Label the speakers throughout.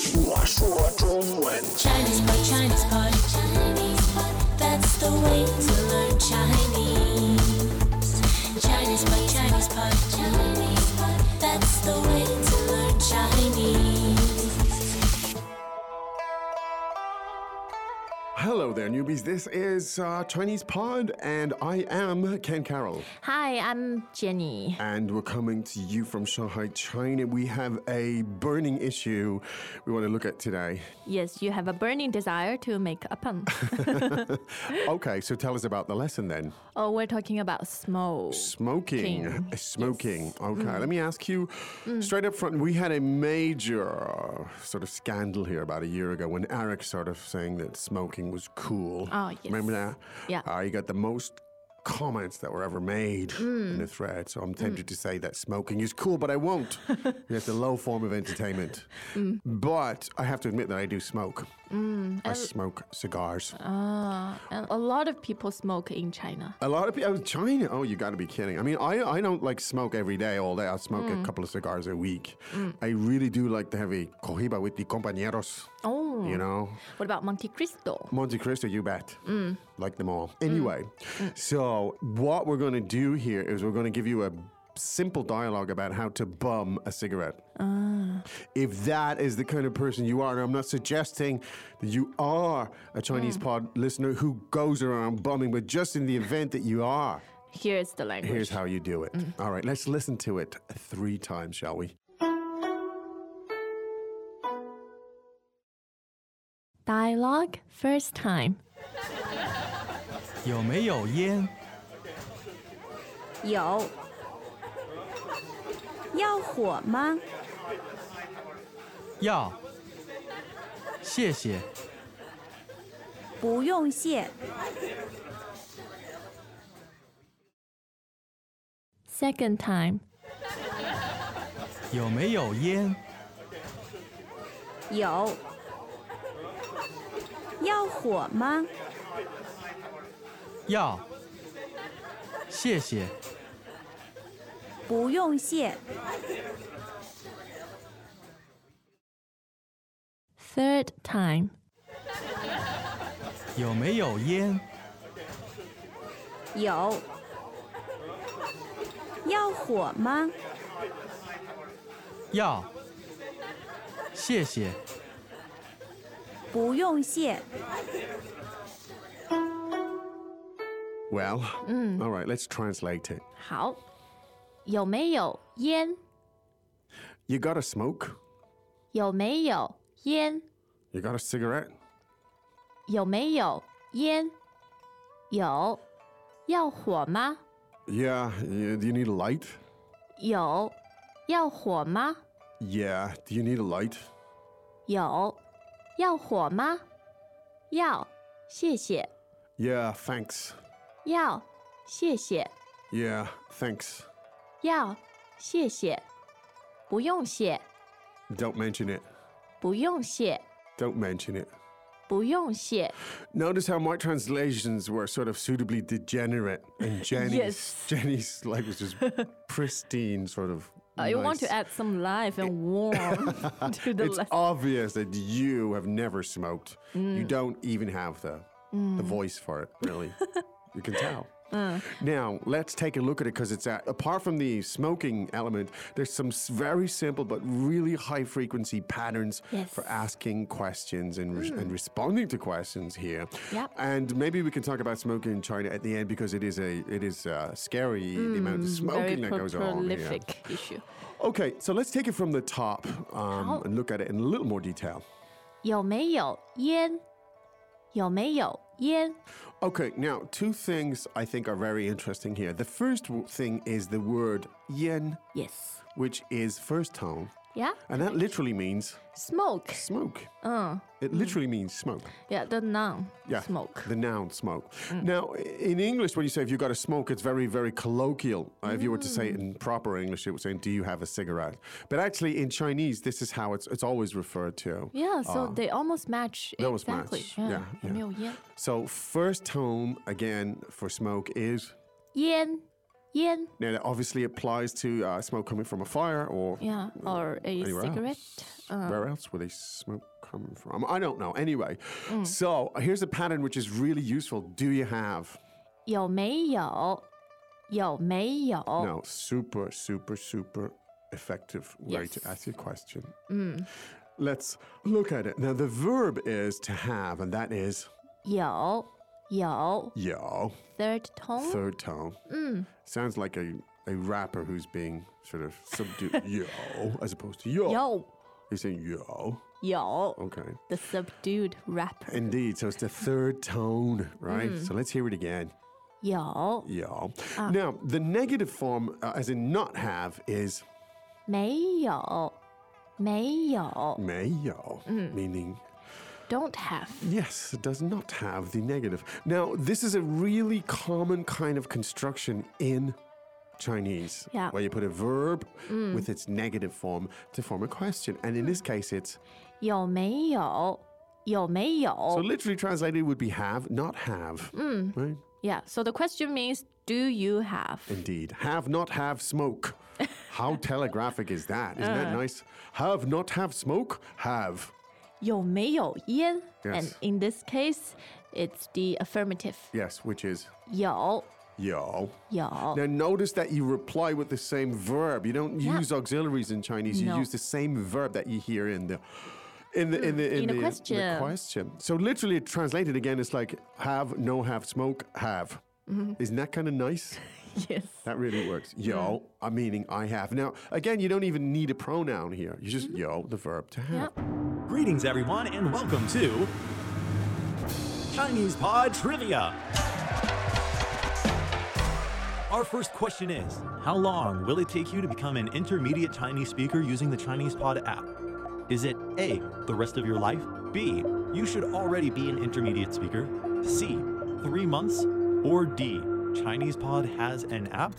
Speaker 1: 说中文。
Speaker 2: Chinese pot, Chinese pot, Chinese pot. That's the way to learn Chinese. Chinese pot, Chinese pot, Chinese pot. That's the way to learn Chinese.
Speaker 1: Hello there, newbies. This is uh, Chinese Pod, and I am Ken Carroll.
Speaker 3: Hi, I'm Jenny.
Speaker 1: And we're coming to you from Shanghai, China. We have a burning issue we want to look at today.
Speaker 3: Yes, you have a burning desire to make a pun.
Speaker 1: Okay, so tell us about the lesson then.
Speaker 3: oh, we're talking about smoke.
Speaker 1: Smoking.
Speaker 3: King.
Speaker 1: Uh, Smoking. Okay,
Speaker 3: Mm.
Speaker 1: let me ask you straight up front. We had a major uh, sort of scandal here about a year ago when Eric sort of saying that smoking was cool.
Speaker 3: Oh, yes.
Speaker 1: Remember that?
Speaker 3: Yeah.
Speaker 1: Uh, you got the most comments that were ever made
Speaker 3: Mm.
Speaker 1: in the thread. So I'm tempted to say that smoking is cool, but I won't. it's a low form of entertainment.
Speaker 3: Mm.
Speaker 1: But I have to admit that I do smoke. I smoke cigars.
Speaker 3: Ah, and a lot of people smoke in China.
Speaker 1: A lot of people. Oh, China. Oh, you got to be kidding. I mean, I, I don't like smoke every day, all day. I smoke a couple of cigars a week. I really do like to have a cohiba with the compañeros,
Speaker 3: Oh,
Speaker 1: you know?
Speaker 3: what about Monte Cristo?
Speaker 1: Monte Cristo, you bet. Like them all. Anyway, so what we're going to do here is we're going to give you a simple dialogue about how to bum a cigarette. If that is the kind of person you are, and I'm not suggesting that you are a Chinese pod listener who goes around bumming, but just in the event that you are.
Speaker 3: Here's the language.
Speaker 1: Here's how you do it.
Speaker 3: Mm.
Speaker 1: All right, let's listen to it three times, shall we?
Speaker 3: 大 Dialogue first time.
Speaker 4: 有没有烟？
Speaker 5: 有。要火吗？
Speaker 4: 要。谢谢。
Speaker 5: 不用谢。
Speaker 3: Second time.
Speaker 4: 有没有烟？
Speaker 5: 有。要火吗？
Speaker 4: 要。谢谢。
Speaker 5: 不用谢。
Speaker 3: Third time.
Speaker 4: 有没有烟？
Speaker 5: 有。要火吗？
Speaker 4: 要。谢谢。
Speaker 5: 不用谢。
Speaker 1: Well,
Speaker 3: Mm.
Speaker 1: all right, let's translate it.
Speaker 3: 好，有没有烟？
Speaker 1: You got a smoke?
Speaker 3: 有没有烟？
Speaker 1: You got a cigarette?
Speaker 3: 有没有烟？有，要火吗？
Speaker 1: Yeah. yeah. Do you need a light?
Speaker 3: 有，要火吗？
Speaker 1: Yeah. Do you need a light?
Speaker 3: 有，要火吗？要，谢谢。
Speaker 1: Yeah, thanks.
Speaker 3: 要，谢谢。
Speaker 1: Yeah, thanks.
Speaker 3: 要，谢谢。不用谢，
Speaker 1: Don't mention it.
Speaker 3: 不用谢，
Speaker 1: Don't mention it.
Speaker 3: 不用谢。
Speaker 1: Notice how my translations were sort of suitably degenerate, and Jenny's
Speaker 3: Yes.
Speaker 1: Jenny's like was just pristine, sort of.
Speaker 3: I want to
Speaker 1: nice.
Speaker 3: add some life and warm to the
Speaker 1: it's
Speaker 3: lesson.
Speaker 1: obvious that you have never smoked. You
Speaker 3: Mm.
Speaker 1: don't even have the the voice for it, really. you can tell.
Speaker 3: Uh.
Speaker 1: Now let's take a look at it because it's at, apart from the smoking element, there's some s- very simple but really high frequency patterns
Speaker 3: Yes. Mm.
Speaker 1: for asking questions and, re- and responding to questions here.
Speaker 3: Yep.
Speaker 1: And maybe we can talk about smoking in China at the end because it is a it is uh, scary the amount of
Speaker 3: Mm, Very
Speaker 1: smoking that
Speaker 3: pro-
Speaker 1: goes on. here.
Speaker 3: prolific issue.
Speaker 1: Okay, so let's take it from the top um,
Speaker 3: How-
Speaker 1: and look at it in a little more detail.
Speaker 3: 有没有烟？有没有烟？
Speaker 1: Okay, now two things I think are very interesting here. The first w- thing is the word yen,
Speaker 3: Yes.
Speaker 1: which is first tone,
Speaker 3: Yeah.
Speaker 1: and that literally means
Speaker 3: Smoke.
Speaker 1: smoke.
Speaker 3: Oh.
Speaker 1: It literally means smoke.
Speaker 3: Yeah. The noun.
Speaker 1: Yeah.
Speaker 3: Smoke. Mm.
Speaker 1: The noun smoke. Now, i- in English, when you say if you got a smoke, it's very, very colloquial. Uh, If you were to say it in
Speaker 3: Mm.
Speaker 1: proper English, it would say, Do you have a cigarette? But actually, in Chinese, this is how it's, it's always referred to.
Speaker 3: Yeah, so they almost match.
Speaker 1: um, they almost
Speaker 3: exactly.
Speaker 1: match. Yeah, yeah.
Speaker 3: 有没有烟？
Speaker 1: So, first tone again for smoke is
Speaker 3: 烟，烟，烟
Speaker 1: Now that obviously applies to uh, smoke coming from a fire or
Speaker 3: yeah or a
Speaker 1: Anywhere else?
Speaker 3: cigarette，嗯，Uh,
Speaker 1: Where else would they smoke come from? I don't know. Anyway, so here's a pattern which is really useful. Do you have?
Speaker 3: 有没有？有没有
Speaker 1: No, super, super, super effective way
Speaker 3: Yes.
Speaker 1: to ask your question. Let's look at it. Now, the verb is to have, and that is
Speaker 3: 有有
Speaker 1: yo,
Speaker 3: third tone，
Speaker 1: third tone. Sounds like a, a rapper who's being sort of subdued, yo, as opposed to yo.
Speaker 3: 有
Speaker 1: You're saying yo.
Speaker 3: 有
Speaker 1: Okay.
Speaker 3: the subdued rapper，
Speaker 1: Indeed. So it's the third tone, right? So let's hear it again.
Speaker 3: 有
Speaker 1: Yeah. Now, the negative form, uh, as in not have, is
Speaker 3: 没有？没有
Speaker 1: meyo, meaning
Speaker 3: ，don't have，
Speaker 1: yes, it does not have the negative. Now, this is a really common kind of construction in Chinese,
Speaker 3: Yeah.
Speaker 1: where you put a verb with its negative form to form a question. And in this case, it's
Speaker 3: 有没有？有没
Speaker 1: so
Speaker 3: 有
Speaker 1: literally translated would be have, not have. Right?
Speaker 3: ？Yeah，so the question means do you have？
Speaker 1: Indeed. Have not have smoke. How telegraphic is that? Isn't that nice? Have not have smoke? Have.
Speaker 3: 有没有烟
Speaker 1: Yes.
Speaker 3: And in this case, it's the affirmative.
Speaker 1: Yes, which is
Speaker 3: 有
Speaker 1: yo.
Speaker 3: 有
Speaker 1: Now notice that you reply with the same verb. You don't
Speaker 3: Yeah.
Speaker 1: use auxiliaries in Chinese.
Speaker 3: No.
Speaker 1: You use the same verb that you hear in the in the in the in,
Speaker 3: in a
Speaker 1: the,
Speaker 3: question.
Speaker 1: question. So literally translated again, it's like have, no have, smoke, have.
Speaker 3: Mm-hmm.
Speaker 1: Isn't that kind of nice?
Speaker 3: yes.
Speaker 1: That really works.
Speaker 3: Mm-hmm.
Speaker 1: Yo, I'm meaning I have. Now again, you don't even need a pronoun here. You
Speaker 3: Mm-hmm.
Speaker 1: just yo the verb to have.
Speaker 6: Greetings, everyone, and welcome to Chinese Pod Trivia. Our first question is How long will it take you to become an intermediate Chinese speaker using the Chinese Pod app? Is it A, the rest of your life? B, you should already be an intermediate speaker? C, three months? Or D, Chinese Pod has an app?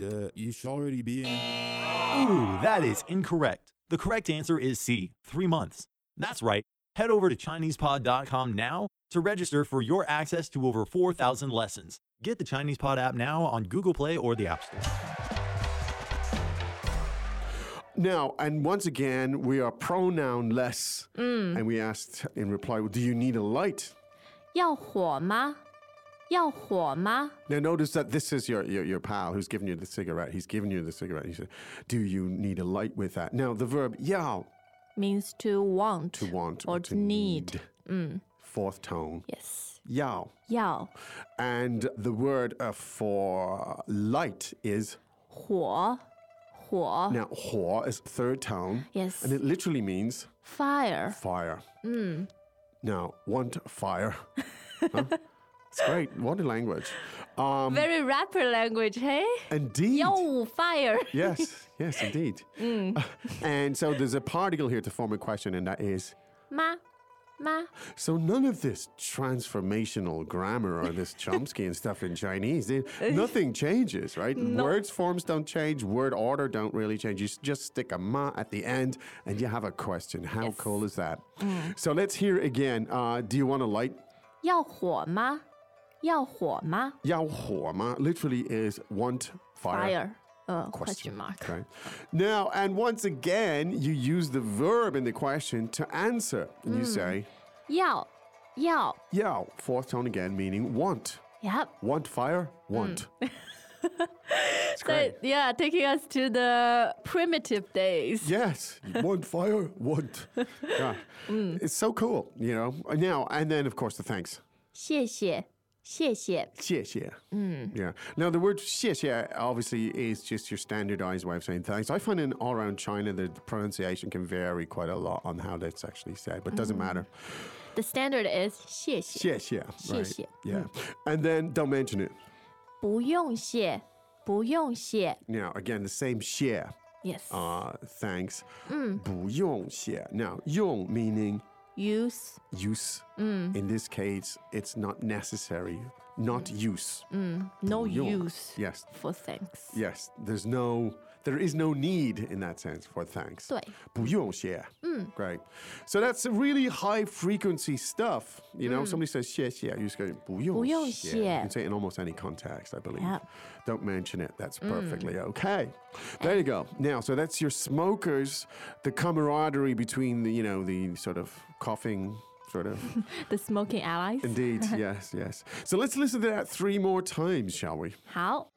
Speaker 7: Uh, you should already be in.
Speaker 6: Ooh, that is incorrect. The correct answer is C, three months. That's right. Head over to ChinesePod.com now to register for your access to over 4,000 lessons. Get the Chinese Pod app now on Google Play or the App Store.
Speaker 1: Now, and once again, we are pronoun less.
Speaker 3: Mm.
Speaker 1: And we asked in reply, well, do you need a light?
Speaker 3: 要火吗？要火吗？
Speaker 1: Now notice that this is your, your your pal who's giving you the cigarette. He's giving you the cigarette. He said, "Do you need a light with that?" Now the verb yao
Speaker 3: means to want
Speaker 1: to want
Speaker 3: or to need. Mm.
Speaker 1: Fourth tone
Speaker 3: Yes.
Speaker 1: yao,
Speaker 3: 要
Speaker 1: and the word uh, for light is
Speaker 3: 火火
Speaker 1: now huo is third tone.
Speaker 3: Ah. Yes.
Speaker 1: and it literally means
Speaker 3: fire
Speaker 1: fire.
Speaker 3: Mm.
Speaker 1: Now want fire. Huh? It's great. What a language. Um,
Speaker 3: very rapper language. Hey,
Speaker 1: indeed.
Speaker 3: 要 fire.
Speaker 1: Yes, yes, indeed. Uh, and so there's a particle here to form a question, and that is
Speaker 3: 吗吗
Speaker 1: so none of this transformational grammar or this Chomsky and stuff in Chinese, it- nothing changes, right? Words forms don't change, word order don't really change. You s- just stick a ma at the end, and you have a question. How cool is that? So let's hear again. Uh, do you want a light?
Speaker 3: 要火吗？要火吗
Speaker 1: Yao huo ma literally is want
Speaker 3: ？Fire. 呃、
Speaker 1: question,
Speaker 3: question mark.
Speaker 1: Okay. Now, and once again, you use the verb in the question to answer. And
Speaker 3: Hmm.
Speaker 1: you say,
Speaker 3: 要要
Speaker 1: yao, fourth tone again, meaning want.
Speaker 3: Yep.
Speaker 1: Want fire? Want. it's
Speaker 3: Hmm. So,
Speaker 1: great.
Speaker 3: yeah, taking us to the primitive days.
Speaker 1: Yes, want fire, want. Yeah.
Speaker 3: Hmm.
Speaker 1: It's so cool, you know. Now, and then, of course, the thanks.
Speaker 3: 谢谢，谢谢，
Speaker 1: 谢谢.
Speaker 3: Hmm.
Speaker 1: Yeah. Now, the word 谢谢 obviously is just your standardized way of saying thanks. I find in all around China, the pronunciation can vary quite a lot on how that's actually said, but it
Speaker 3: Hmm.
Speaker 1: doesn't matter.
Speaker 3: The standard is 谢谢，
Speaker 1: Yes, yeah. Right.
Speaker 3: 谢谢。
Speaker 1: Yeah. And then don't mention it.
Speaker 3: 不用谢，不用谢。
Speaker 1: Now, again, the same xie,
Speaker 3: Yes,
Speaker 1: uh, thanks. 不用谢. Now, 用 meaning
Speaker 3: use
Speaker 1: use. In this case, it's not necessary, not use.
Speaker 3: no
Speaker 1: 不用.
Speaker 3: use
Speaker 1: Yes,
Speaker 3: for thanks.
Speaker 1: yes. There's no There is no need in that sense for thanks.
Speaker 3: 对。
Speaker 1: 不用谢. Great. So that's really high frequency stuff. You know, somebody says 谢谢, you just go 不用谢.
Speaker 3: 不用谢.
Speaker 1: You can say it in almost any context, I believe.
Speaker 3: Yep.
Speaker 1: Don't mention it. That's perfectly okay. There you go. Now, so that's your smokers, the camaraderie between the, you know, the sort of coughing sort of
Speaker 3: The smoking allies。
Speaker 1: Indeed, yes, yes. So let's listen to that three more times, shall we?
Speaker 3: 好，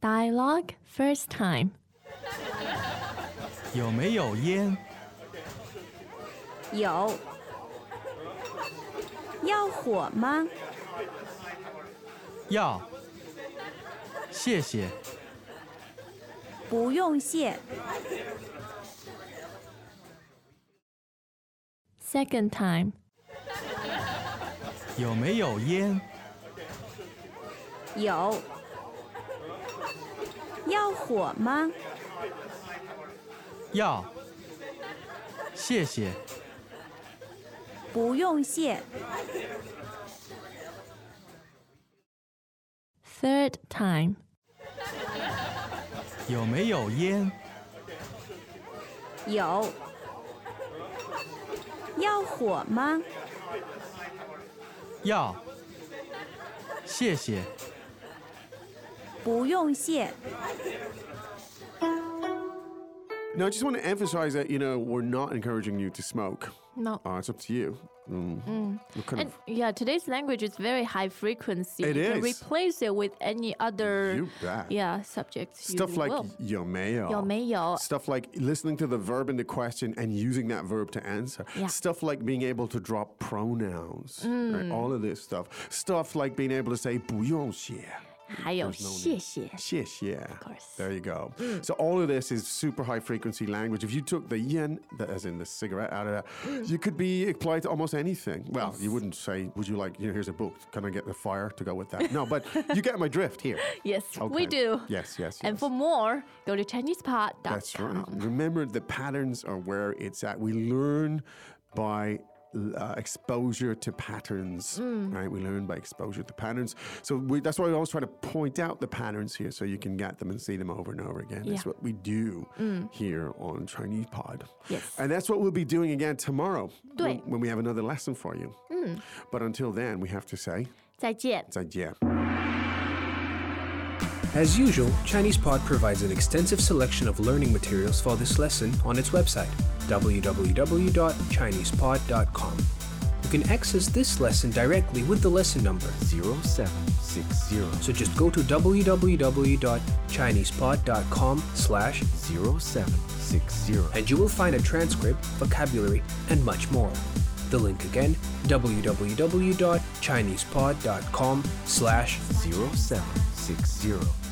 Speaker 3: Dialogue first time，
Speaker 4: 有没有烟？
Speaker 5: 有。要火吗？
Speaker 4: 要。谢谢，
Speaker 5: 不用谢。
Speaker 3: second time，
Speaker 4: 有没有烟？
Speaker 5: 有。要火吗？
Speaker 4: 要。谢谢，
Speaker 5: 不用谢。
Speaker 3: third time，
Speaker 4: 有没有烟？
Speaker 5: 有。要火吗？
Speaker 4: 要。谢谢，
Speaker 5: 不用谢。
Speaker 1: Now, I just want to emphasize that, you know, we're not encouraging you to smoke.
Speaker 3: No.
Speaker 1: Uh, it's up to you. Mm. We're kind
Speaker 3: And
Speaker 1: of-
Speaker 3: yeah, today's language is very high frequency.
Speaker 1: It
Speaker 3: you Can
Speaker 1: is.
Speaker 3: replace it with any other
Speaker 1: You bet.
Speaker 3: yeah subject.
Speaker 1: stuff
Speaker 3: you
Speaker 1: like
Speaker 3: will.
Speaker 1: yomeo.
Speaker 3: 有没有?
Speaker 1: Stuff like listening to the verb in the question and using that verb to answer.
Speaker 3: Yeah.
Speaker 1: Stuff like being able to drop pronouns. right?
Speaker 3: Mm.
Speaker 1: All of this stuff. Stuff like being able to say 不用谢.
Speaker 3: 还有谢谢。
Speaker 1: Xie Of
Speaker 3: course.
Speaker 1: There you go. So all of this is super high frequency language. If you took the yen, the, as in the cigarette, out of that, you could be applied to almost anything. Well, you wouldn't say, "Would you like? You know, here's a book. Can I get the fire to go with that?" No, but you get my drift here.
Speaker 3: Yes, we
Speaker 1: Okay.
Speaker 3: do.
Speaker 1: Yes, yes,
Speaker 3: And
Speaker 1: yes.
Speaker 3: for more, go to ChinesePod.com.
Speaker 1: That's right. Remember, the patterns are where it's at. We learn by uh, exposure to patterns,
Speaker 3: Mm.
Speaker 1: right? We learn by exposure to patterns. So we, that's why we always try to point out the patterns here so you can get them and see them over and over again. That's
Speaker 3: Yeah. Mm.
Speaker 1: what we do here on Chinese Pod.
Speaker 3: Yes.
Speaker 1: And that's what we'll be doing again tomorrow when,
Speaker 3: 对。
Speaker 1: when we have another lesson for you.
Speaker 3: Mm.
Speaker 1: But until then, we have to say,
Speaker 3: 再见。
Speaker 1: 再见.
Speaker 8: As usual, ChinesePod provides an extensive selection of learning materials for this lesson on its website, www.chinesepod.com. You can access this lesson directly with the lesson number,
Speaker 9: 0760
Speaker 8: so just go to www.chinesepod.com slash
Speaker 9: 0760
Speaker 8: and you will find a transcript, vocabulary, and much more. The link again, www.chinesepod.com slash
Speaker 9: 0760